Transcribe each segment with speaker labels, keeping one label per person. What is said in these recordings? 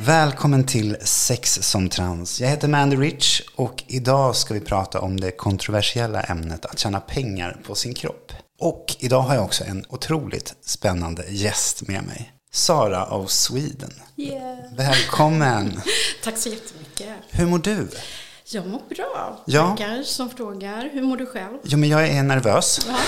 Speaker 1: Välkommen till Sex som trans. Jag heter Mandy Rich och idag ska vi prata om det kontroversiella ämnet att tjäna pengar på sin kropp. Och idag har jag också en otroligt spännande gäst med mig. Sara av Sweden.
Speaker 2: Yeah.
Speaker 1: Välkommen!
Speaker 2: Tack så jättemycket.
Speaker 1: Hur mår du?
Speaker 2: Jag mår bra.
Speaker 1: Ja.
Speaker 2: Tackar som frågar. Hur mår du själv?
Speaker 1: Jo, men jag är nervös,
Speaker 2: Ja,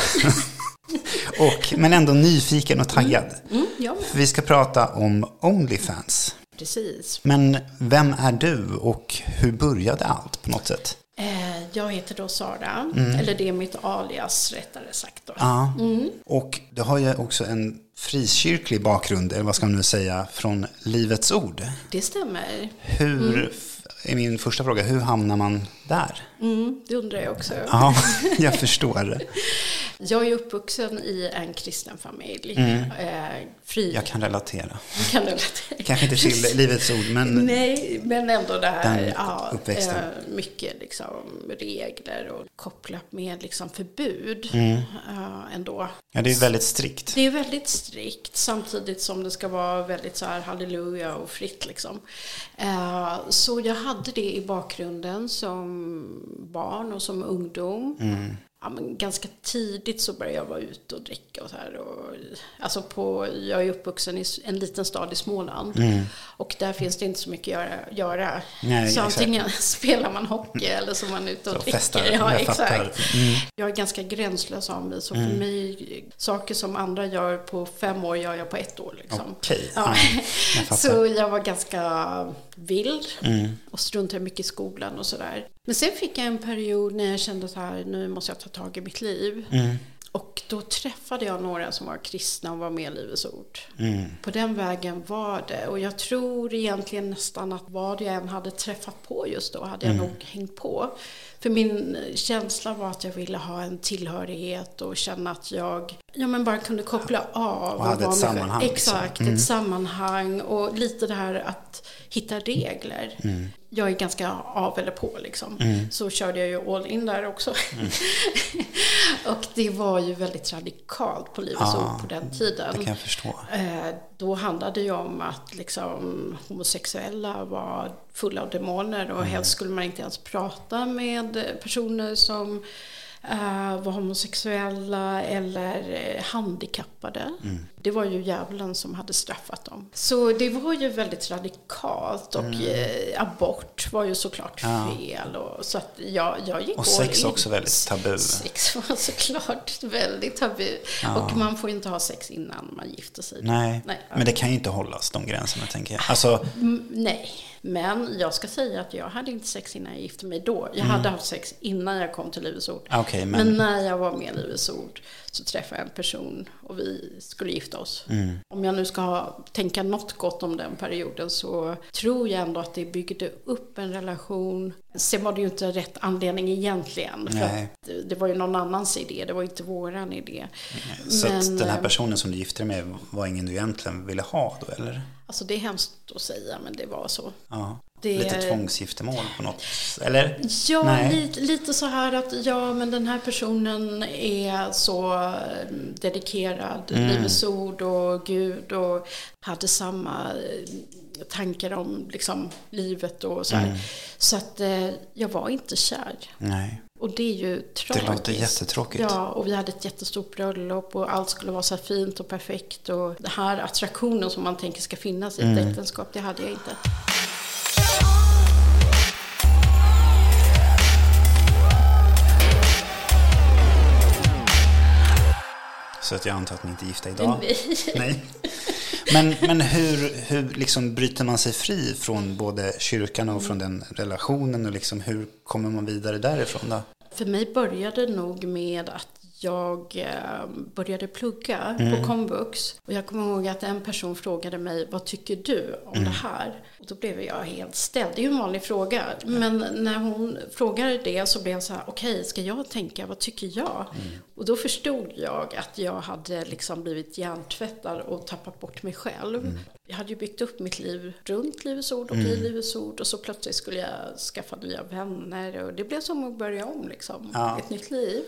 Speaker 1: och, men ändå nyfiken och taggad.
Speaker 2: mm, jag med.
Speaker 1: Vi ska prata om Onlyfans.
Speaker 2: Precis.
Speaker 1: Men vem är du och hur började allt på något sätt?
Speaker 2: Eh, jag heter då Sara, eller det är mitt alias rättare sagt. Då.
Speaker 1: Mm. Ja.
Speaker 2: Mm.
Speaker 1: Och du har ju också en frikyrklig bakgrund, eller vad ska man nu säga, från Livets Ord.
Speaker 2: Det stämmer.
Speaker 1: Hur, f- är min första fråga, hur hamnar man där?
Speaker 2: Mm, det undrar jag också.
Speaker 1: Ja, jag förstår.
Speaker 2: Jag är uppvuxen i en kristen familj. Eh, fri.
Speaker 1: Mm. Jag kan relatera.
Speaker 2: kan relatera.
Speaker 1: Kanske inte till Livets Ord, men
Speaker 2: Nej, men ändå det här.
Speaker 1: Den
Speaker 2: ja,
Speaker 1: uppväxten.
Speaker 2: eh, mycket liksom regler och kopplat med liksom förbud
Speaker 1: Mm.
Speaker 2: eh, ändå.
Speaker 1: ja, det är väldigt strikt.
Speaker 2: Det är väldigt strikt samtidigt som det ska vara väldigt så här halleluja och fritt liksom. Eh, Så jag hade det i bakgrunden som barn och som ungdom.
Speaker 1: Mm.
Speaker 2: Ja, men ganska tidigt så började jag vara ute och dricka och så här. Och, alltså på, jag är uppvuxen i s- en liten stad i Småland och där finns det inte så mycket att göra. göra.
Speaker 1: Mm. Nej,
Speaker 2: så
Speaker 1: exakt.
Speaker 2: antingen spelar man hockey eller så är man ute och
Speaker 1: Och
Speaker 2: dricker.
Speaker 1: festar,
Speaker 2: ja,
Speaker 1: jag
Speaker 2: exakt.
Speaker 1: fattar.
Speaker 2: Jag är ganska gränslös av mig, så
Speaker 1: Mm.
Speaker 2: för mig, saker som andra gör på fem år gör jag på ett år. Liksom.
Speaker 1: Okej,
Speaker 2: Ja.
Speaker 1: ja, jag fattar. Mm.
Speaker 2: så jag var ganska vild och struntade mycket i skolan och sådär. Men sen fick jag en period när jag kände så här, nu måste jag ta tag i mitt liv.
Speaker 1: Mm.
Speaker 2: Och då träffade jag några som var kristna och var med i Livets Ord. På den vägen var det. Och jag tror egentligen nästan att vad jag än hade träffat på just då hade jag
Speaker 1: Mm.
Speaker 2: nog hängt på. För min känsla var att jag ville ha en tillhörighet och känna att jag ja, men bara kunde koppla av.
Speaker 1: Och hade ett
Speaker 2: vara mig själv.
Speaker 1: sammanhang, liksom.
Speaker 2: Exakt exakt, ett sammanhang och lite det här att hitta regler.
Speaker 1: Mm.
Speaker 2: Jag är ganska av eller på liksom. Så körde jag ju all in där också.
Speaker 1: Mm.
Speaker 2: och det var ju väldigt radikalt på Livets
Speaker 1: Ja,
Speaker 2: Ord på den tiden.
Speaker 1: Det kan jag förstå.
Speaker 2: Eh, Då handlade det om att liksom, homosexuella var fulla av demoner och
Speaker 1: Mm.
Speaker 2: helst skulle man inte ens prata med personer som eh, var homosexuella eller eh, handikappade.
Speaker 1: Mm.
Speaker 2: Det var ju djävulen som hade straffat dem. Så det var ju väldigt radikalt och
Speaker 1: Mm.
Speaker 2: eh, abort var ju såklart fel. Och, så att jag, jag gick
Speaker 1: Och sex
Speaker 2: all in.
Speaker 1: också väldigt tabu.
Speaker 2: Sex var såklart väldigt tabu. Och man får ju inte ha sex innan man gifter sig.
Speaker 1: Nej,
Speaker 2: Nej.
Speaker 1: men det kan ju inte hållas, de gränserna tänker jag. Alltså,
Speaker 2: Mm, nej. Men jag ska säga att jag hade inte sex innan jag gifte mig då. Jag
Speaker 1: Mm.
Speaker 2: hade haft sex innan jag kom till Livets Ord.
Speaker 1: okej, men,
Speaker 2: men... när jag var med i Livets Ord så träffade jag en person och vi skulle gifta oss.
Speaker 1: Mm.
Speaker 2: Om jag nu ska ha, tänka något gott om den perioden så tror jag ändå att det byggde upp en relation. Sen var det ju inte rätt anledning egentligen. För
Speaker 1: Nej.
Speaker 2: att det- det var ju någon annans idé, det var ju inte våran idé.
Speaker 1: så
Speaker 2: men,
Speaker 1: att den här
Speaker 2: eh,
Speaker 1: personen som du gifte dig med var ingen du egentligen ville ha då, eller?
Speaker 2: Alltså det är hemskt att säga men det var så.
Speaker 1: Ja.
Speaker 2: Det-
Speaker 1: Lite tvångsgiftermål på något, eller?
Speaker 2: Ja,
Speaker 1: Nej.
Speaker 2: lite, lite så här att ja, men den här personen är så eh, dedikerad,
Speaker 1: Mm.
Speaker 2: Livets Ord och Gud och hade samma eh, tankar om liksom, livet och så här.
Speaker 1: Mm.
Speaker 2: Så att eh, jag var inte kär.
Speaker 1: Nej,
Speaker 2: Och det är ju
Speaker 1: det
Speaker 2: tragiskt.
Speaker 1: låter jättetråkigt.
Speaker 2: Ja, och vi hade ett jättestort bröllop och allt skulle vara så här fint och perfekt. Och den här attraktionen som man tänker ska finnas i ett
Speaker 1: Mm.
Speaker 2: äktenskap, det hade jag inte.
Speaker 1: Så att jag antar att ni inte är gifta idag.
Speaker 2: Nej.
Speaker 1: Nej. Men, men hur, hur liksom bryter man sig fri från både kyrkan och från den relationen och liksom hur kommer man vidare därifrån då?
Speaker 2: För mig började det nog med att jag eh, började plugga på komvux. Och jag kommer ihåg att en person frågade mig, vad tycker du om det här? Och då blev jag helt ställd. Det är ju en vanlig fråga. Men när hon frågade det så blev jag så här, okej, ska jag tänka, vad tycker jag? Och då förstod jag att jag hade liksom blivit hjärntvättad och tappat bort mig själv. Jag hade ju byggt upp mitt liv runt Livets Ord och i
Speaker 1: Mm.
Speaker 2: Livets Ord och så plötsligt skulle jag skaffa nya vänner och det blev som att börja om liksom.
Speaker 1: Ja.
Speaker 2: Ett nytt liv.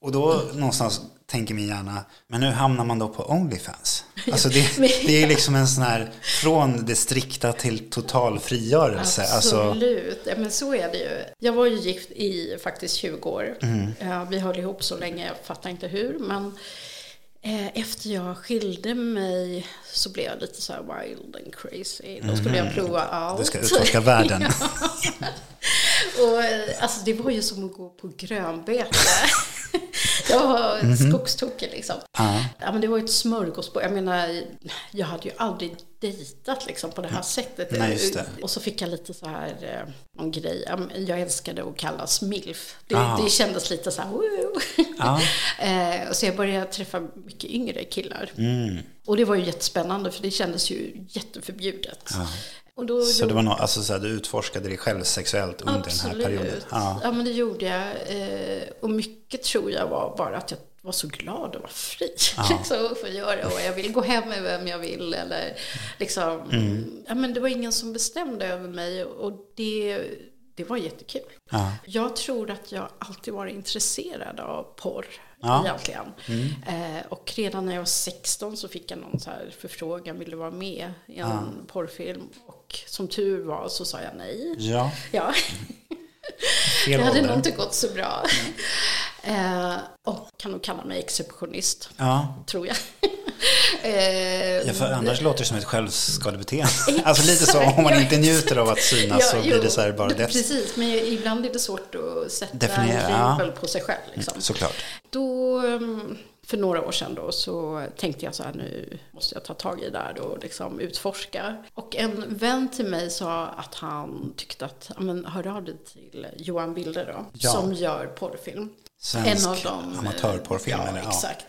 Speaker 1: Och då någonstans tänker min hjärna, men hur hamnar man då på Onlyfans? Alltså det,
Speaker 2: men-
Speaker 1: det är liksom en sån här, från det strikta till total frigörelse. Alltså,
Speaker 2: Absolut, ja, men så är det ju. Jag var ju gift i faktiskt 20 år.
Speaker 1: Mm.
Speaker 2: Eh, Vi höll ihop så länge, jag fattar inte hur. Men eh, efter jag skilde mig så blev jag lite så här wild and crazy. Då skulle jag prova allt.
Speaker 1: Mm. du ska utforska världen.
Speaker 2: Och, eh, alltså, det var ju som att gå på grönbete. Jag var
Speaker 1: Mhm.
Speaker 2: skogstokig liksom. Ja, men det var ju ett smörgåsbord. Jag menar, jag hade ju aldrig dejtat liksom, på det här sättet.
Speaker 1: Mm. Nej, just det.
Speaker 2: Och så fick jag lite så här, eh, någon grej. Ja, men Jag älskade att kallas milf. Det,
Speaker 1: Ah.
Speaker 2: det kändes lite så här, woo.
Speaker 1: Ja.
Speaker 2: Eh, Så jag började träffa mycket yngre killar.
Speaker 1: Mm.
Speaker 2: Och det var ju jättespännande för det kändes ju jätteförbjudet. Och då
Speaker 1: Så det var något, alltså så här, du utforskade dig själv sexuellt under den här perioden. Ja.
Speaker 2: men det gjorde jag. eh, Och mycket tror jag var bara att jag var så glad att vara fri. liksom, att få göra och jag vill gå hem med vem jag vill. Eller, liksom,
Speaker 1: Mm.
Speaker 2: ja, men det var ingen som bestämde över mig och det, det var jättekul. Jag tror att jag alltid varit intresserad av porr. Egentligen.
Speaker 1: Mm.
Speaker 2: Eh, och redan när jag var 16 så fick jag någon så här förfrågan, vill du vara med i en porrfilm? Och som tur var så sa jag nej.
Speaker 1: Ja,
Speaker 2: Ja,
Speaker 1: fel
Speaker 2: det hade nog
Speaker 1: ålder. Mm.
Speaker 2: inte gått så bra. Eh, och kan nog kalla mig exceptionist,
Speaker 1: Ja,
Speaker 2: tror jag. eh,
Speaker 1: ja, för annars låter det som ett självskadebeteende. alltså lite så, om man
Speaker 2: ja,
Speaker 1: inte njuter av att synas så blir det så här bara det.
Speaker 2: Precis, men ibland är det svårt att sätta
Speaker 1: Definiera, Mm,
Speaker 2: en label på sig själv. Liksom.
Speaker 1: Såklart.
Speaker 2: Då, ehm, för några år sedan då, så tänkte jag så här nu måste jag ta tag i det här och liksom utforska. Och en vän till mig sa att han tyckte att, ja, men hör av dig till Johan Bilde då,
Speaker 1: Ja.
Speaker 2: som gör porrfilm.
Speaker 1: Svensk
Speaker 2: en av de,
Speaker 1: amatörporrfilm,
Speaker 2: Ja,
Speaker 1: eller? Ja.
Speaker 2: exakt.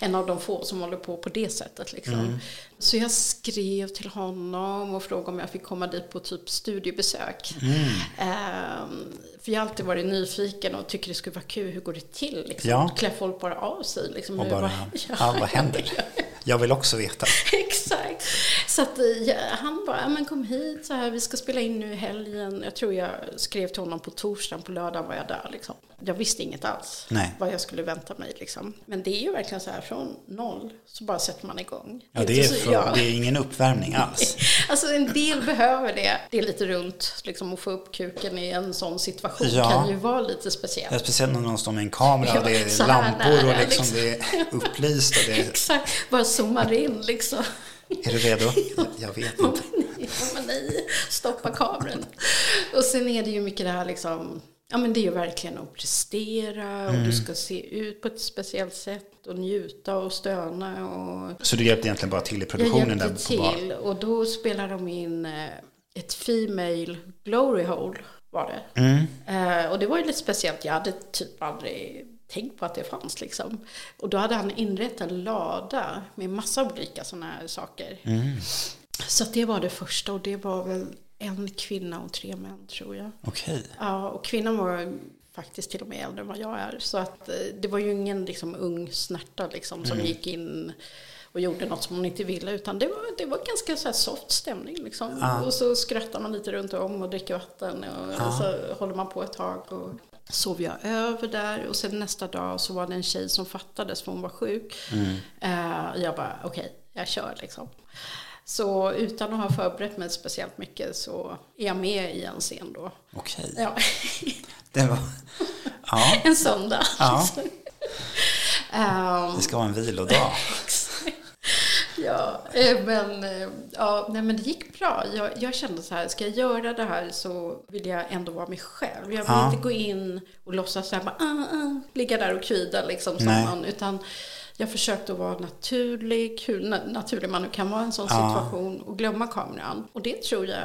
Speaker 2: En av de få som håller på på det sättet. Liksom.
Speaker 1: Mm.
Speaker 2: Så jag skrev till honom och frågade om jag fick komma dit på typ studiebesök.
Speaker 1: Mm.
Speaker 2: Ehm, för jag har alltid varit nyfiken och tycker det skulle vara kul. Hur går det till? Liksom?
Speaker 1: Ja.
Speaker 2: Klär folk bara av sig? Liksom,
Speaker 1: Och
Speaker 2: hur-
Speaker 1: bara,
Speaker 2: Ja.
Speaker 1: ja, vad händer? Jag vill också veta.
Speaker 2: Exakt. Så att, eh, ja, han bara, "Ja, men kom hit så här, vi ska spela in nu i helgen. Jag tror jag skrev till honom på torsdagen, på lördagen var jag där. Liksom. Jag visste inget alls
Speaker 1: Nej.
Speaker 2: vad jag skulle vänta mig. Liksom. Men det är ju verkligen så här, från noll så bara sätter man igång.
Speaker 1: Ja, det
Speaker 2: Inte
Speaker 1: är,
Speaker 2: så-
Speaker 1: för,
Speaker 2: ja.
Speaker 1: det är ingen uppvärmning alls.
Speaker 2: Alltså en del behöver det. Det är lite runt, liksom att få upp kuken i en sån situation
Speaker 1: Ja.
Speaker 2: kan ju vara lite speciellt.
Speaker 1: Ja, speciellt när någon står med en kamera och det
Speaker 2: Ja,
Speaker 1: är
Speaker 2: så här
Speaker 1: lampor och
Speaker 2: nära,
Speaker 1: liksom
Speaker 2: liksom.
Speaker 1: det är upplyst. Och det är,
Speaker 2: Exakt, bara zoomar in liksom.
Speaker 1: är du redo? Jag vet inte.
Speaker 2: Nej, men nej, stoppa kameran. Och sen är det ju mycket det här liksom, ja men det är ju verkligen att prestera och du ska se ut på ett speciellt sätt och njuta och stöna och
Speaker 1: Så du hjälpte egentligen bara till i
Speaker 2: jag
Speaker 1: produktionen
Speaker 2: hjälpte
Speaker 1: där på bar?
Speaker 2: till och då spelar de in eh, ett Female Glory Hole var det.
Speaker 1: Mm.
Speaker 2: Eh, Och det var ju lite speciellt, jag hade typ aldrig tänkt på att det fanns liksom. Och då hade han inrett en lada med massa olika sådana här saker.
Speaker 1: Mm.
Speaker 2: Så att det var det första och det var väl en kvinna och tre män tror jag.
Speaker 1: Okej.
Speaker 2: Ja, och kvinnan var faktiskt till och med äldre än vad jag är. Så att eh, det var ju ingen liksom, ung snärta liksom, som gick in och gjorde något som hon inte ville. Utan det var, det var ganska så här soft stämning. Liksom. Och så skrattar man lite runt om och dricker vatten. Och så håller man på ett tag. Och sov jag över där. Och sen nästa dag så var det en tjej som fattades för hon var sjuk. Eh, jag bara, okej, jag kör liksom. Så utan att ha förberett mig speciellt mycket så är jag med i en scen då.
Speaker 1: Okej.
Speaker 2: Ja,
Speaker 1: Det var... Ja,
Speaker 2: en söndag.
Speaker 1: Ja.
Speaker 2: Ehm,
Speaker 1: det ska vara en vilodag.
Speaker 2: ja, eh, men, eh, ja, nej, men det gick bra. Jag, jag kände så här, ska jag göra det här så vill jag ändå vara mig själv. Jag vill
Speaker 1: Ja.
Speaker 2: inte gå in och låtsas så här, bara, ah, ah, ligga där och kvida liksom som
Speaker 1: Nej.
Speaker 2: någon. Utan jag försökte att vara naturlig, hur na- naturlig man nu kan vara i en sån situation och glömma kameran. Och det tror jag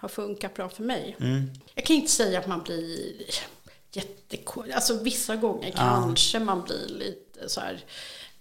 Speaker 2: har funkat bra för mig.
Speaker 1: Mm.
Speaker 2: Jag kan inte säga att man blir jättekåt. Alltså vissa gånger kanske man blir lite så här.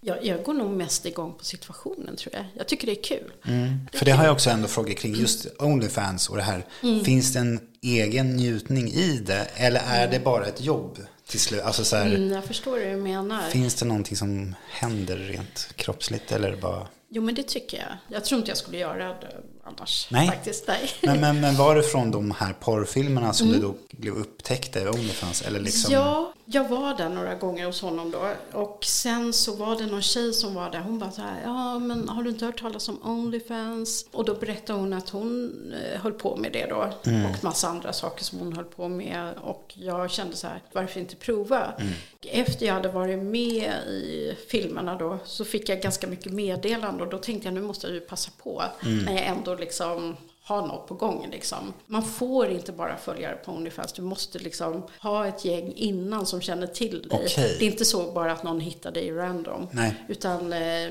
Speaker 2: Jag, jag går nog mest igång på situationen tror jag. Jag tycker det är kul.
Speaker 1: Mm. För det har jag också ändå frågor kring just
Speaker 2: Mm.
Speaker 1: Onlyfans och det här. Finns det en egen njutning i det eller är det bara ett jobb? till slut? Alltså så här,
Speaker 2: Mm, jag förstår hur du menar.
Speaker 1: Finns det någonting som händer rent kroppsligt eller bara...
Speaker 2: Jo, men det tycker jag. Jag tror inte jag skulle göra det annars.
Speaker 1: Nej.
Speaker 2: Faktiskt, nej.
Speaker 1: Men, men, men var det från de här porrfilmerna som du då blev upptäckte om det fanns? Eller liksom...
Speaker 2: Mm. Ja, jag var där några gånger hos honom då. Och sen så var det någon tjej som var där. Hon bara så här, ja men har du inte hört talas om Onlyfans? Och då berättade hon att hon eh, höll på med det då. Och massa andra saker som hon höll på med. Och jag kände så här, varför inte prova? Och Mm. Efter jag hade varit med i filmerna då så fick jag ganska mycket meddelande. Och då tänkte jag, nu måste jag ju passa på.
Speaker 1: Mm.
Speaker 2: När jag ändå liksom ha något på gång. Liksom. Man får inte bara följa det på Onlyfans. Du måste liksom ha ett gäng innan som känner till dig.
Speaker 1: Okej.
Speaker 2: Det är inte så bara att någon hittar dig random.
Speaker 1: Nej.
Speaker 2: Utan eh,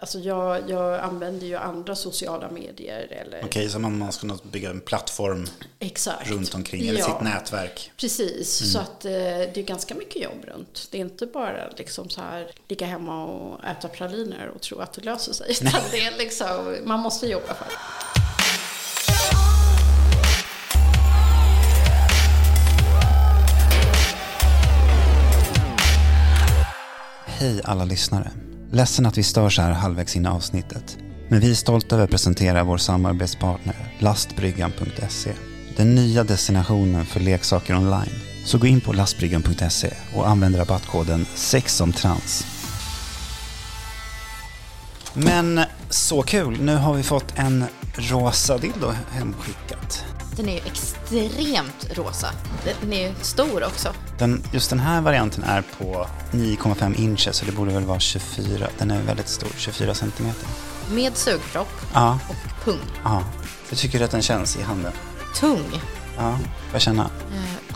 Speaker 2: alltså jag, jag använder ju andra sociala medier. Eller,
Speaker 1: Okej, så man, man ska nog bygga en plattform
Speaker 2: Exakt.
Speaker 1: runt omkring, eller
Speaker 2: Ja.
Speaker 1: sitt nätverk.
Speaker 2: Precis, så
Speaker 1: Mm.
Speaker 2: att eh, det är ganska mycket jobb runt. Det är inte bara liksom så här ligga hemma och äta praliner och tro att det löser sig. Utan det är liksom, man måste jobba för det.
Speaker 1: Hej alla lyssnare. Ledsen att vi stör så här halvvägs in i avsnittet. Men vi är stolta över att presentera vår samarbetspartner lastbryggan.se. Den nya destinationen för leksaker online. Så gå in på lastbryggan.se och använd rabattkoden sexomtrans. Men så kul, nu har vi fått en rosa dildo hemskickat.
Speaker 3: Den är ju extremt rosa. Den är ju stor också.
Speaker 1: Den, just den här varianten är på 9,5 inches så det borde väl vara 24. Den är väldigt stor, 24 centimeter.
Speaker 3: Med sugpropp
Speaker 1: Ja,
Speaker 3: och pung.
Speaker 1: ja. Hur tycker du att den känns i handen?
Speaker 3: Tung.
Speaker 1: Ja, får jag känna?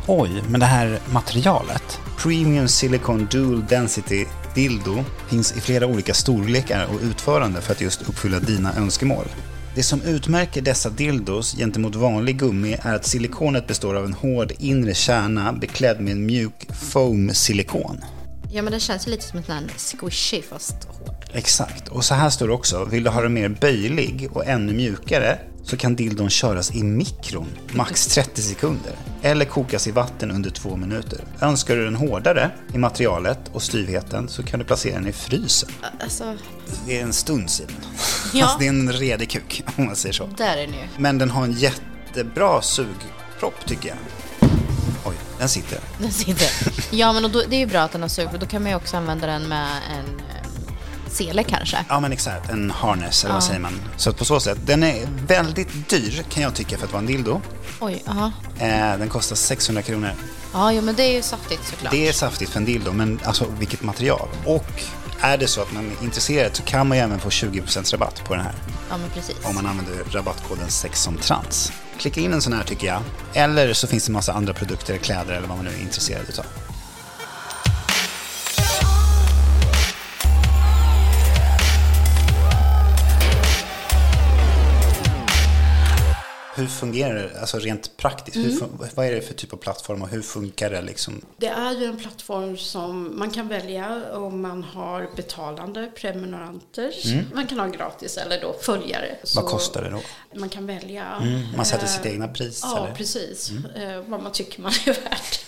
Speaker 1: Oj, men det här materialet. Premium Silicon Dual Density Dildo finns i flera olika storlekar och utförande för att just uppfylla dina önskemål. Det som utmärker dessa dildos gentemot vanlig gummi är att silikonet består av en hård inre kärna beklädd med en mjuk foam-silikon.
Speaker 3: Ja men den känns ju lite som en sån här squishy fast hård.
Speaker 1: Exakt, och så här står det också. Vill du ha den mer böjlig och ännu mjukare så kan dildon köras i mikron max 30 sekunder eller kokas i vatten under två minuter. Önskar du den hårdare i materialet och styvheten så kan du placera den i frysen.
Speaker 3: Alltså,
Speaker 1: Det är en stund Simon.
Speaker 3: Ja.
Speaker 1: Alltså, det är en redig kuk om man säger så.
Speaker 3: där är den ju.
Speaker 1: Men den har en jättebra sugpropp tycker jag. Oj, den sitter.
Speaker 3: Den sitter. Ja men och då, det är ju bra att den har sugpropp. Då kan man ju också använda den med en eh, sele kanske.
Speaker 1: Ja men exakt, en harness eller vad säger man? Så att på så sätt, den är väldigt dyr kan jag tycka för att vara en dildo.
Speaker 3: Oj, aha.
Speaker 1: Eh, den kostar 600 kronor.
Speaker 3: Ja, jo, men det är ju saftigt såklart.
Speaker 1: Det är saftigt för en dildo, men alltså vilket material. Och är det så att man är intresserad så kan man ju även få 20% rabatt på den här
Speaker 3: Ja men precis.
Speaker 1: om man använder rabattkoden sex som trans. Klicka in en sån här tycker jag. Eller så finns det massa andra produkter, kläder eller vad man nu är intresserad utav. Hur fungerar det alltså rent praktiskt? Hur
Speaker 2: Mm.
Speaker 1: fun- vad är det för typ av plattform och hur funkar det liksom?
Speaker 2: Det är ju en plattform som man kan välja om man har betalande prenumeranter. Man kan ha gratis eller då följare. Så
Speaker 1: Mm. Vad kostar det då? Mm.
Speaker 2: Man kan välja.
Speaker 1: Man sätter
Speaker 2: eh,
Speaker 1: sitt egna pris
Speaker 2: Ja,
Speaker 1: eller? Mm.
Speaker 2: precis. Eh, vad man tycker man är värt.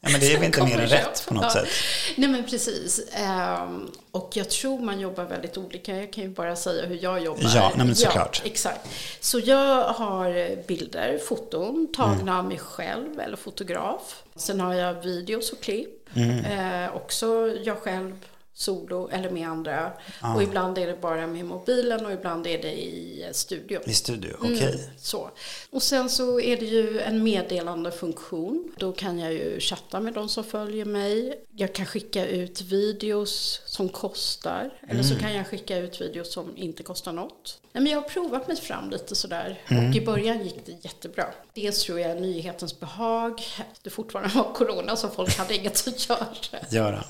Speaker 1: Ja, men det är väl
Speaker 2: Sen
Speaker 1: inte mer
Speaker 2: kommer
Speaker 1: än
Speaker 2: jag.
Speaker 1: rätt på något
Speaker 2: Ja.
Speaker 1: sätt?
Speaker 2: Nej men precis. Ehm, och jag tror man jobbar väldigt olika. Jag kan ju bara säga hur jag jobbar.
Speaker 1: Ja, nej, men såklart.
Speaker 2: exakt. Så jag har bilder, foton
Speaker 1: Mm.
Speaker 2: tagna av mig själv eller fotograf. Sen har jag videos och klipp.
Speaker 1: Mm.
Speaker 2: Eh, också jag själv solo eller med andra. Och ibland är det bara med mobilen och ibland är det i studion.
Speaker 1: I studio,
Speaker 2: Mm.
Speaker 1: okej.
Speaker 2: Så. Och sen så är det ju en meddelandefunktion. Då kan jag ju chatta med de som följer mig. Jag kan skicka ut videos som kostar. Eller så kan jag skicka ut videos som inte kostar något. Nej, men jag har provat mig fram lite sådär. Och i början gick det jättebra. Dels tror jag nyhetens behag. Det fortfarande var corona så folk hade inget att göra.
Speaker 1: Göra.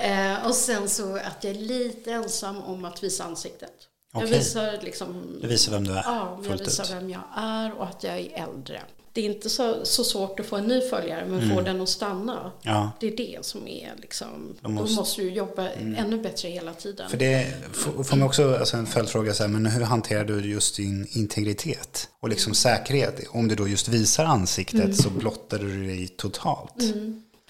Speaker 1: Nej.
Speaker 2: Eh, och sen så att jag är lite ensam om att visa ansiktet. Jag
Speaker 1: Okej.
Speaker 2: visar liksom
Speaker 1: Du visar vem du är
Speaker 2: Ja, men jag
Speaker 1: fullt
Speaker 2: visar
Speaker 1: ut.
Speaker 2: vem jag är och att jag är äldre. Det är inte så, så svårt att få en ny följare, men få den att stanna.
Speaker 1: Mm. Ja.
Speaker 2: Det är det som är liksom,
Speaker 1: De måste- Mm.
Speaker 2: då måste du jobba ännu bättre hela tiden.
Speaker 1: För det får får man också alltså en följdfråga, så här, men hur hanterar du just din integritet och
Speaker 2: Mm. Mm.
Speaker 1: liksom säkerhet? Om du då just visar ansiktet så blottar du dig totalt.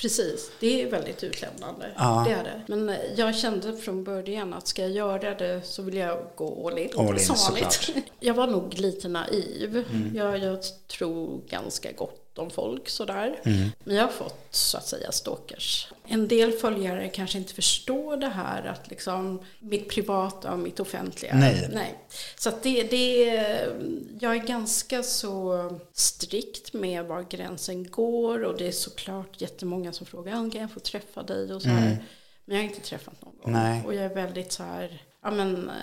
Speaker 2: Precis, det är väldigt utlämnande.
Speaker 1: Ja.
Speaker 2: Det är det. Men eh, jag kände från början att ska jag göra det så vill jag gå all in.
Speaker 1: All in,
Speaker 2: som vanligt.
Speaker 1: såklart. Mm.
Speaker 2: Jag var nog lite naiv. Jag, jag tror ganska gott om folk sådär.
Speaker 1: Mm.
Speaker 2: Men jag har fått så att säga stalkers. En del följare kanske inte förstår det här att liksom mitt privata och mitt offentliga.
Speaker 1: Nej.
Speaker 2: Nej. Så att det, det, jag är ganska så strikt med var gränsen går och det är såklart jättemånga som frågar om jag få träffa dig och så här. Men jag har inte träffat någon gång.
Speaker 1: Mm. Nej.
Speaker 2: Och jag är väldigt så här, ja men eh,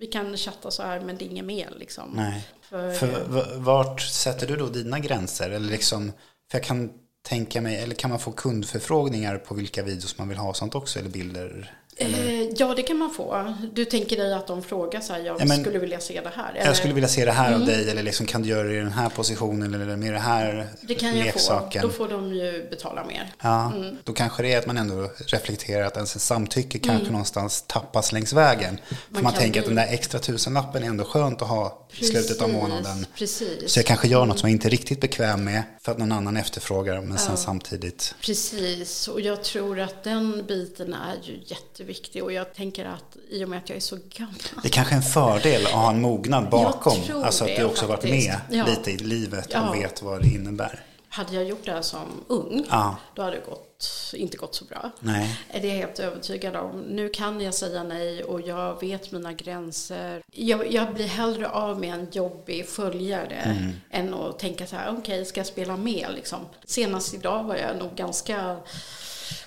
Speaker 2: vi kan chatta så här men det är inget mer liksom.
Speaker 1: Nej.
Speaker 2: För,
Speaker 1: För v- vart sätter du då dina gränser? Eller liksom, för jag kan tänka mig, eller kan man få kundförfrågningar på vilka videos man vill ha och sånt också, eller bilder?
Speaker 2: eh, ja det kan man få. Du tänker dig att de frågar så här, jag
Speaker 1: Ja, men-
Speaker 2: skulle vilja se det här. eller?
Speaker 1: Jag skulle vilja se det här
Speaker 2: mm.
Speaker 1: av dig, eller liksom, kan du göra det i den här positionen, eller med det här
Speaker 2: det kan jag
Speaker 1: leksaken?
Speaker 2: få. Då får de ju betala mer.
Speaker 1: Ja,
Speaker 2: Mm.
Speaker 1: Då kanske det är att man ändå reflekterar att ens samtycke kanske någonstans tappas längs vägen. för man
Speaker 2: Mm. kan
Speaker 1: tänker att
Speaker 2: bli-
Speaker 1: den där extra tusenlappen är ändå skönt att ha i slutet av
Speaker 2: Precis,
Speaker 1: månaden.
Speaker 2: Precis.
Speaker 1: Så jag kanske gör något som jag inte är riktigt bekväm med för att någon annan efterfrågar men sen samtidigt.
Speaker 2: Precis, och jag tror att den biten är ju jätteviktig och jag tänker att i och med att jag är så gammal
Speaker 1: Det är kanske är en fördel att ha en mognad bakom.
Speaker 2: tror
Speaker 1: Alltså att
Speaker 2: det
Speaker 1: du också varit
Speaker 2: faktiskt.
Speaker 1: med
Speaker 2: Ja.
Speaker 1: lite i livet
Speaker 2: Ja.
Speaker 1: och vet vad det innebär.
Speaker 2: Hade jag gjort det här som ung,
Speaker 1: Ja.
Speaker 2: då hade det gått, inte gått så bra.
Speaker 1: Nej.
Speaker 2: Det är jag helt övertygad om. Nu kan jag säga nej och jag vet mina gränser. Jag, jag blir hellre av med en jobbig följare
Speaker 1: Mm.
Speaker 2: än att tänka så här, okej, ska jag spela med liksom? Senast idag var jag nog ganska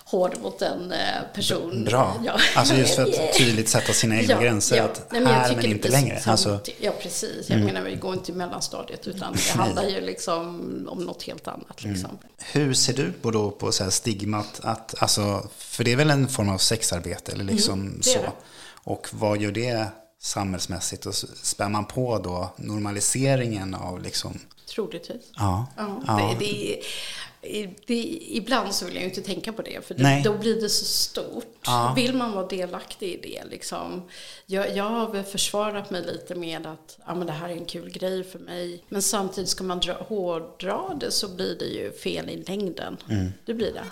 Speaker 2: hård mot en eh, person.
Speaker 1: Bra.
Speaker 2: Ja.
Speaker 1: Alltså just för att tydligt sätta sina egna gränser. Att
Speaker 2: Nej, men jag
Speaker 1: här men
Speaker 2: tycker
Speaker 1: inte
Speaker 2: det blir
Speaker 1: längre.
Speaker 2: samt-
Speaker 1: Alltså, Mm.
Speaker 2: Ja, precis. Jag menar, vi går inte i mellanstadiet utan det handlar ju liksom om något helt annat.
Speaker 1: Mm.
Speaker 2: Liksom.
Speaker 1: Hur ser du på, då på så här stigmat? Att, alltså, för det är väl en form av sexarbete eller liksom
Speaker 2: Mm, det är
Speaker 1: så.
Speaker 2: det.
Speaker 1: Och vad gör det samhällsmässigt? Och så spär man på då normaliseringen av liksom,
Speaker 2: Troligtvis.
Speaker 1: ja.
Speaker 2: Ja, Det, det, det, ibland så vill jag ju inte tänka på det, för
Speaker 1: Nej.
Speaker 2: det, då blir det så stort. Vill man vara delaktig i det? Liksom? Jag, jag har väl försvarat mig lite med att ja, men det här är en kul grej för mig. Men samtidigt, ska man dra, hårdra det så blir det ju fel i längden. Det blir det.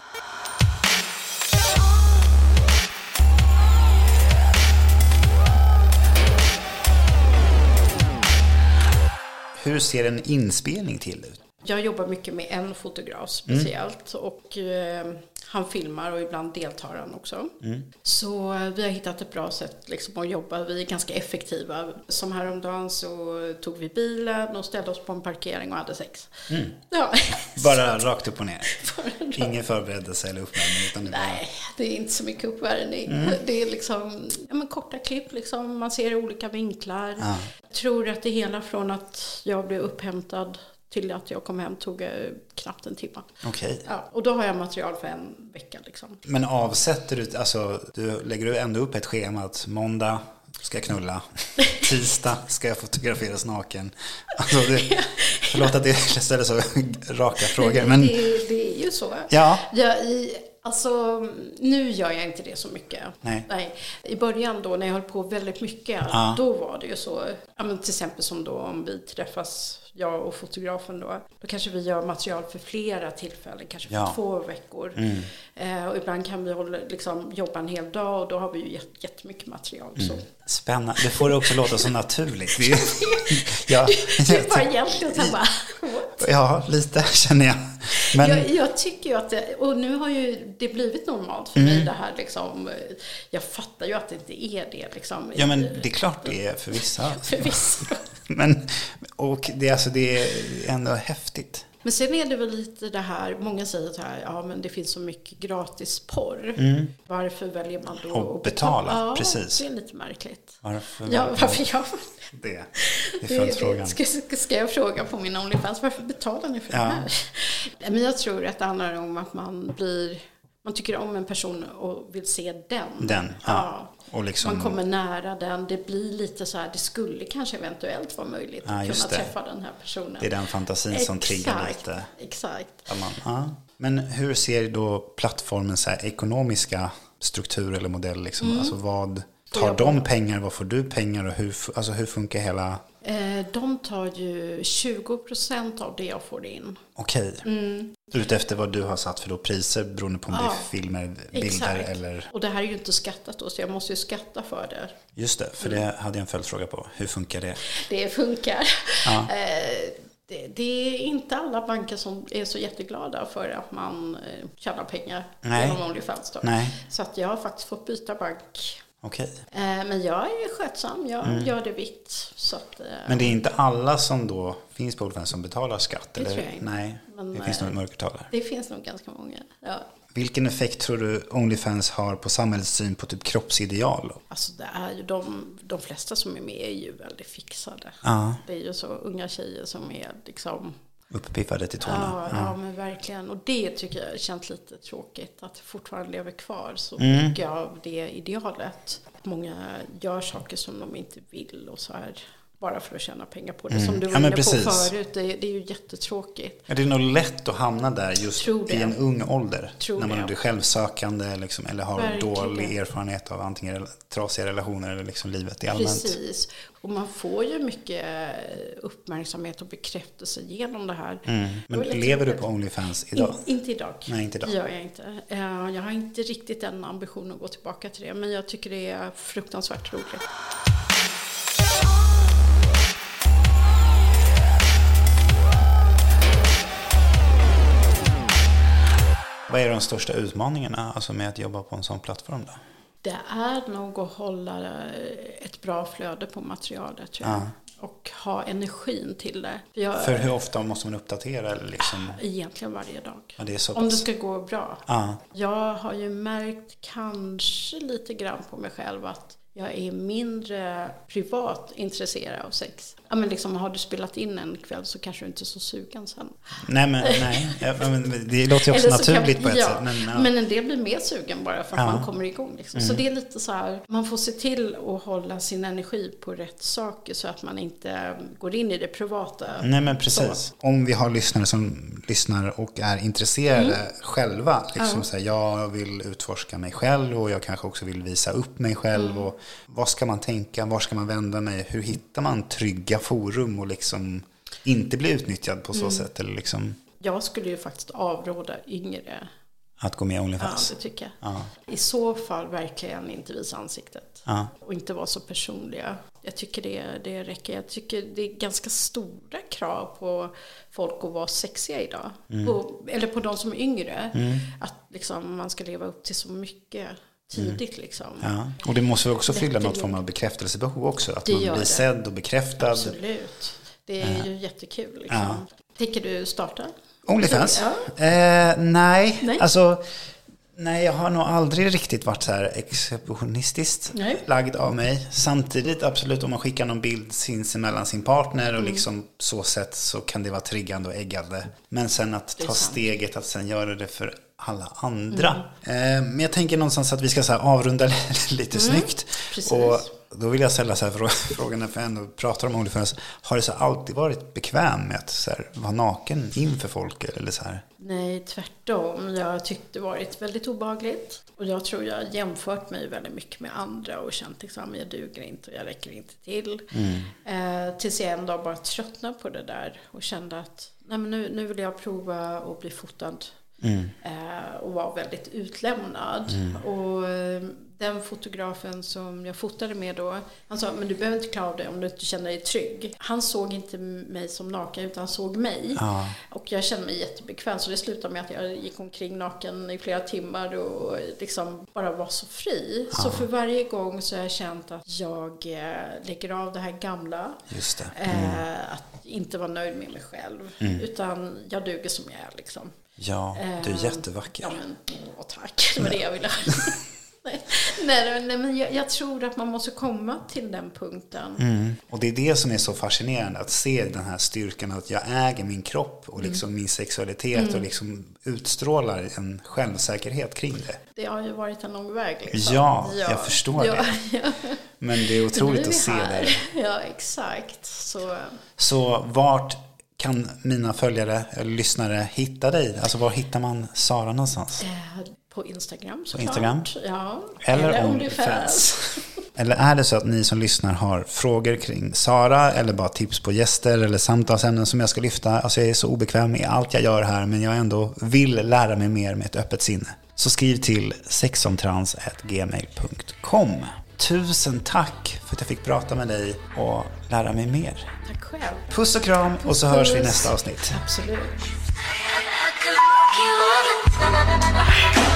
Speaker 1: Hur ser en inspelning till ut?
Speaker 2: Jag jobbar mycket med en fotograf speciellt och eh, han filmar och ibland deltar han också. Så eh, vi har hittat ett bra sätt liksom, att jobba. Vi är ganska effektiva. Som häromdagen så tog vi bilen och ställde oss på en parkering och hade sex. Ja.
Speaker 1: Bara rakt upp och ner.
Speaker 2: Bara rakt.
Speaker 1: Ingen förberedelse eller uppvärmning. Utan det bara,
Speaker 2: Nej, det är inte så mycket uppvärmning. Det är liksom ja, men korta klipp, liksom. man ser olika vinklar. Jag tror att det hela från att jag blev upphämtad till att jag kom hem tog eh, knappt en timme.
Speaker 1: Okej.
Speaker 2: Ja, och då har jag material för en vecka. Liksom.
Speaker 1: Men avsätter du, alltså du lägger du ändå upp ett schema att måndag ska jag knulla, tisdag ska jag fotograferas naken. Alltså det, förlåt att jag ställer så raka frågor, men
Speaker 2: Det, det är ju så.
Speaker 1: ja,
Speaker 2: Jag, i, alltså, nu gör jag inte det så mycket.
Speaker 1: Nej.
Speaker 2: I början då när jag höll på väldigt mycket,
Speaker 1: Ja.
Speaker 2: då var det ju så. Ja, men till exempel som då om vi träffas, jag och fotografen då, då kanske vi gör material för flera tillfällen, kanske för
Speaker 1: Ja. Mm.
Speaker 2: två veckor. Eh, och ibland kan vi hålla, liksom, jobba en hel dag och då har vi ju jätt- jättemycket material. Så.
Speaker 1: Mm. spännande. Du får det också låta så naturligt. Det är, ja,
Speaker 2: Det är bara egentligen så här bara, what?
Speaker 1: ja, lite känner jag. Men,
Speaker 2: Jag, jag tycker ju att det, och nu har ju det blivit normalt för
Speaker 1: Mm.
Speaker 2: mig det här liksom. Jag fattar ju att det inte är det liksom.
Speaker 1: ja, men det är klart det är för vissa.
Speaker 2: Förvisso.
Speaker 1: Men, och det, är alltså, det är ändå häftigt.
Speaker 2: Men sen är det väl lite det här, många säger så här, ja men det finns så mycket gratis porr. Varför väljer man då
Speaker 1: Mm. Och
Speaker 2: att
Speaker 1: betala,
Speaker 2: Ja,
Speaker 1: precis.
Speaker 2: det är lite märkligt.
Speaker 1: Varför
Speaker 2: Ja,
Speaker 1: väljer
Speaker 2: varför jag...
Speaker 1: Det, det är följdfrågan.
Speaker 2: Ska, ska jag fråga på min Onlyfans, varför betalar ni för
Speaker 1: Ja.
Speaker 2: det här? Nej, Men jag tror att det handlar om att man blir, man tycker om en person och vill se den.
Speaker 1: Den, ja. Och liksom,
Speaker 2: Man kommer nära den, det blir lite så här, det skulle kanske eventuellt vara möjligt
Speaker 1: Ja,
Speaker 2: att
Speaker 1: just
Speaker 2: kunna
Speaker 1: det.
Speaker 2: träffa den här personen.
Speaker 1: det är den fantasin som triggar
Speaker 2: Exakt,
Speaker 1: lite.
Speaker 2: Exakt.
Speaker 1: Att Man, ja. Men hur ser då plattformens så här ekonomiska struktur eller
Speaker 2: Mm.
Speaker 1: modell? Liksom? Alltså vad tar de pengar, vad får du pengar och hur, fu- alltså hur funkar hela
Speaker 2: Eh, De tar ju 20 procent av det jag får in.
Speaker 1: Okej. Utefter vad du har satt för då priser beroende på om det
Speaker 2: Mm. Ja,
Speaker 1: är filmer, bilder
Speaker 2: Exakt.
Speaker 1: eller...
Speaker 2: Och det här är ju inte skattat då, så jag måste ju skatta för det.
Speaker 1: Just det, för
Speaker 2: Mm.
Speaker 1: det hade jag en följdfråga på. Hur funkar det?
Speaker 2: Det funkar.
Speaker 1: Ja.
Speaker 2: Eh, Det, det är inte alla banker som är så jätteglada för att man eh, tjänar pengar
Speaker 1: Nej.
Speaker 2: genom Onlyfans. Då.
Speaker 1: Nej.
Speaker 2: Så att jag har faktiskt fått byta bank.
Speaker 1: Okej.
Speaker 2: Eh, Men jag är skötsam, jag gör det vitt. Så att, eh,
Speaker 1: Mm. Men det är inte alla som då finns på Olfen som betalar skatt?
Speaker 2: Det
Speaker 1: eller?
Speaker 2: tror jag inte.
Speaker 1: Nej,
Speaker 2: Men,
Speaker 1: det finns nog
Speaker 2: eh,
Speaker 1: ett mörkertal där.
Speaker 2: det finns nog ganska många. Ja.
Speaker 1: Vilken effekt tror du Onlyfans har på samhällets syn på typ kroppsideal?
Speaker 2: Alltså det är ju de, de flesta som är med är ju väldigt fixade.
Speaker 1: Ja,
Speaker 2: Det är ju så unga tjejer som är liksom
Speaker 1: uppiffade till tårna.
Speaker 2: Ja, ja, men verkligen. Och det tycker jag känns lite tråkigt. Att det fortfarande lever kvar så
Speaker 1: Mm.
Speaker 2: mycket av det idealet. Många gör saker som de inte vill och så här. Bara för att tjäna pengar på det. Som du
Speaker 1: Mm.
Speaker 2: var
Speaker 1: Ja, men
Speaker 2: inne på
Speaker 1: precis.
Speaker 2: förut. Det, det är ju jättetråkigt.
Speaker 1: Ja, Det är nog lätt att hamna där just
Speaker 2: Tror
Speaker 1: i
Speaker 2: det.
Speaker 1: en ung ålder.
Speaker 2: Tror
Speaker 1: när man
Speaker 2: det.
Speaker 1: blir självsökande liksom, eller har
Speaker 2: Verkligen.
Speaker 1: dålig erfarenhet av antingen rela- trasiga relationer eller liksom livet i allmänt.
Speaker 2: Precis. Och man får ju mycket uppmärksamhet och bekräftelse genom det här.
Speaker 1: Mm. Men
Speaker 2: Det var lite
Speaker 1: lever du
Speaker 2: roligt.
Speaker 1: på Onlyfans idag?
Speaker 2: In, inte idag.
Speaker 1: Nej, inte idag.
Speaker 2: Det gör jag inte. Eh, Jag har inte riktigt den ambitionen att gå tillbaka till det. Men jag tycker det är fruktansvärt roligt.
Speaker 1: Vad är de största utmaningarna alltså, med att jobba på en sån plattform? Då?
Speaker 2: Det är nog att hålla ett bra flöde på materialet tror jag. Och ha energin till det. För jag,
Speaker 1: För hur ofta måste man uppdatera? eller Liksom?
Speaker 2: Egentligen varje dag.
Speaker 1: Ja, det är så
Speaker 2: Om det
Speaker 1: pass.
Speaker 2: ska gå bra.
Speaker 1: Ja,
Speaker 2: Jag har ju märkt kanske lite grann på mig själv att jag är mindre privat intresserad av sex. Ja, men liksom, har du spelat in en kväll så kanske du inte är så sugen sen.
Speaker 1: Nej, men, nej. Ja, men det låter ju också
Speaker 2: Eller så kan-
Speaker 1: naturligt på ett
Speaker 2: ja,
Speaker 1: sätt. Men, ja.
Speaker 2: men en del blir mer sugen bara för att
Speaker 1: Ja. Mm.
Speaker 2: man kommer igång. Liksom. Så det är lite så här, man får se till att hålla sin energi på rätt saker så att man inte um, går in i det privata.
Speaker 1: Nej men precis. Om vi har lyssnare som lyssnar och är intresserade
Speaker 2: Mm.
Speaker 1: själva. Liksom så här, jag vill utforska mig själv och jag kanske också vill visa upp mig själv.
Speaker 2: Mm.
Speaker 1: Och vad ska man tänka? Var ska man vända mig? Hur hittar man trygga forum och liksom inte bli utnyttjad på så
Speaker 2: Mm.
Speaker 1: sätt? Eller liksom
Speaker 2: Jag skulle ju faktiskt avråda yngre.
Speaker 1: att gå med i
Speaker 2: Ja,
Speaker 1: Onlyfans?
Speaker 2: det tycker jag.
Speaker 1: Alltså. Ja.
Speaker 2: I så fall verkligen inte visa ansiktet.
Speaker 1: Ja.
Speaker 2: Och inte vara så personliga. Jag tycker det, det räcker. Jag tycker det är ganska stora krav på folk att vara sexiga idag.
Speaker 1: Mm.
Speaker 2: På, eller på de som är yngre. Att liksom man ska leva upp till så mycket tidigt liksom.
Speaker 1: Mm. Ja. Och det måste väl också fylla något
Speaker 2: Jättejobb.
Speaker 1: form av bekräftelsebehov också? Att
Speaker 2: Det
Speaker 1: man
Speaker 2: gör
Speaker 1: blir
Speaker 2: det.
Speaker 1: sedd och bekräftad.
Speaker 2: Absolut. Det är ju jättekul liksom. Tänker du starta?
Speaker 1: Onlyfans? Eh, nej.
Speaker 2: Nej.
Speaker 1: alltså nej, jag har nog aldrig riktigt varit så här exhibitionistiskt
Speaker 2: Nej.
Speaker 1: lagd av mig. Samtidigt, absolut, om man skickar någon bild sinsemellan sin partner
Speaker 2: Mm.
Speaker 1: och liksom så sätt så kan det vara triggande och eggande. Men sen att ta steget att sen göra det för alla andra.
Speaker 2: Mm.
Speaker 1: Eh, men jag tänker någonstans att vi ska så här avrunda lite snyggt.
Speaker 2: Precis.
Speaker 1: Och då vill jag ställa så här frå- frågan, när jag ändå pratar om Onlyfans. Har du så här alltid varit bekväm med att så här, vara naken inför folk? Eller så här?
Speaker 2: Nej, tvärtom. Jag tyckte det varit väldigt obehagligt. Och jag tror jag har jämfört mig väldigt mycket med andra och känt liksom, jag duger inte och jag räcker inte till. Eh, tills jag en dag bara tröttnade på det där och kände att Nej, men nu, nu vill jag prova att bli fotad. Eh, och var väldigt utlämnad.
Speaker 1: Mm.
Speaker 2: Och eh, den fotografen som jag fotade med då, han sa men du behöver inte klara av det om du inte känner dig trygg. Han såg inte mig som naken utan han såg mig.
Speaker 1: Ja.
Speaker 2: Och jag kände mig jättebekväm så det slutade med att jag gick omkring naken i flera timmar och liksom bara var så fri. Så för varje gång så har jag känt att jag eh, lägger av det här gamla.
Speaker 1: Just det. Mm.
Speaker 2: Eh, att inte vara nöjd med mig själv. Utan jag duger som jag är liksom.
Speaker 1: Ja, du är
Speaker 2: Ehm,
Speaker 1: jättevacker.
Speaker 2: Ja men, åh, tack. Det var det jag ville ha. nej, nej, nej, men jag, jag tror att man måste komma till den punkten.
Speaker 1: Mm. Och det är det som är så fascinerande, att se den här styrkan att jag äger min kropp
Speaker 2: Mm.
Speaker 1: och liksom min sexualitet och liksom utstrålar en självsäkerhet kring det.
Speaker 2: Det har ju varit en lång väg liksom.
Speaker 1: Ja, jag förstår det. Men det är
Speaker 2: Nu är
Speaker 1: otroligt
Speaker 2: vi
Speaker 1: att se
Speaker 2: här.
Speaker 1: det.
Speaker 2: Ja, exakt. Så,
Speaker 1: Så vart kan mina följare, eller lyssnare, hitta dig? Alltså var hittar man Sara någonstans?
Speaker 2: eh, på Instagram såklart.
Speaker 1: Instagram?
Speaker 2: Ja.
Speaker 1: Eller
Speaker 2: Eller
Speaker 1: Onlyfans.
Speaker 2: Onlyfans.
Speaker 1: Eller är det så att ni som lyssnar har frågor kring Sara eller bara tips på gäster eller samtalsämnen som jag ska lyfta? Alltså jag är så obekväm i allt jag gör här men jag ändå vill lära mig mer med ett öppet sinne. Så skriv till sexomtrans.gmail.com Tusen tack för att jag fick prata med dig och lära mig mer.
Speaker 2: Tack själv.
Speaker 1: Puss och kram och så
Speaker 2: Puss.
Speaker 1: hörs vi i nästa avsnitt.
Speaker 2: Absolut.
Speaker 4: I could lock you up.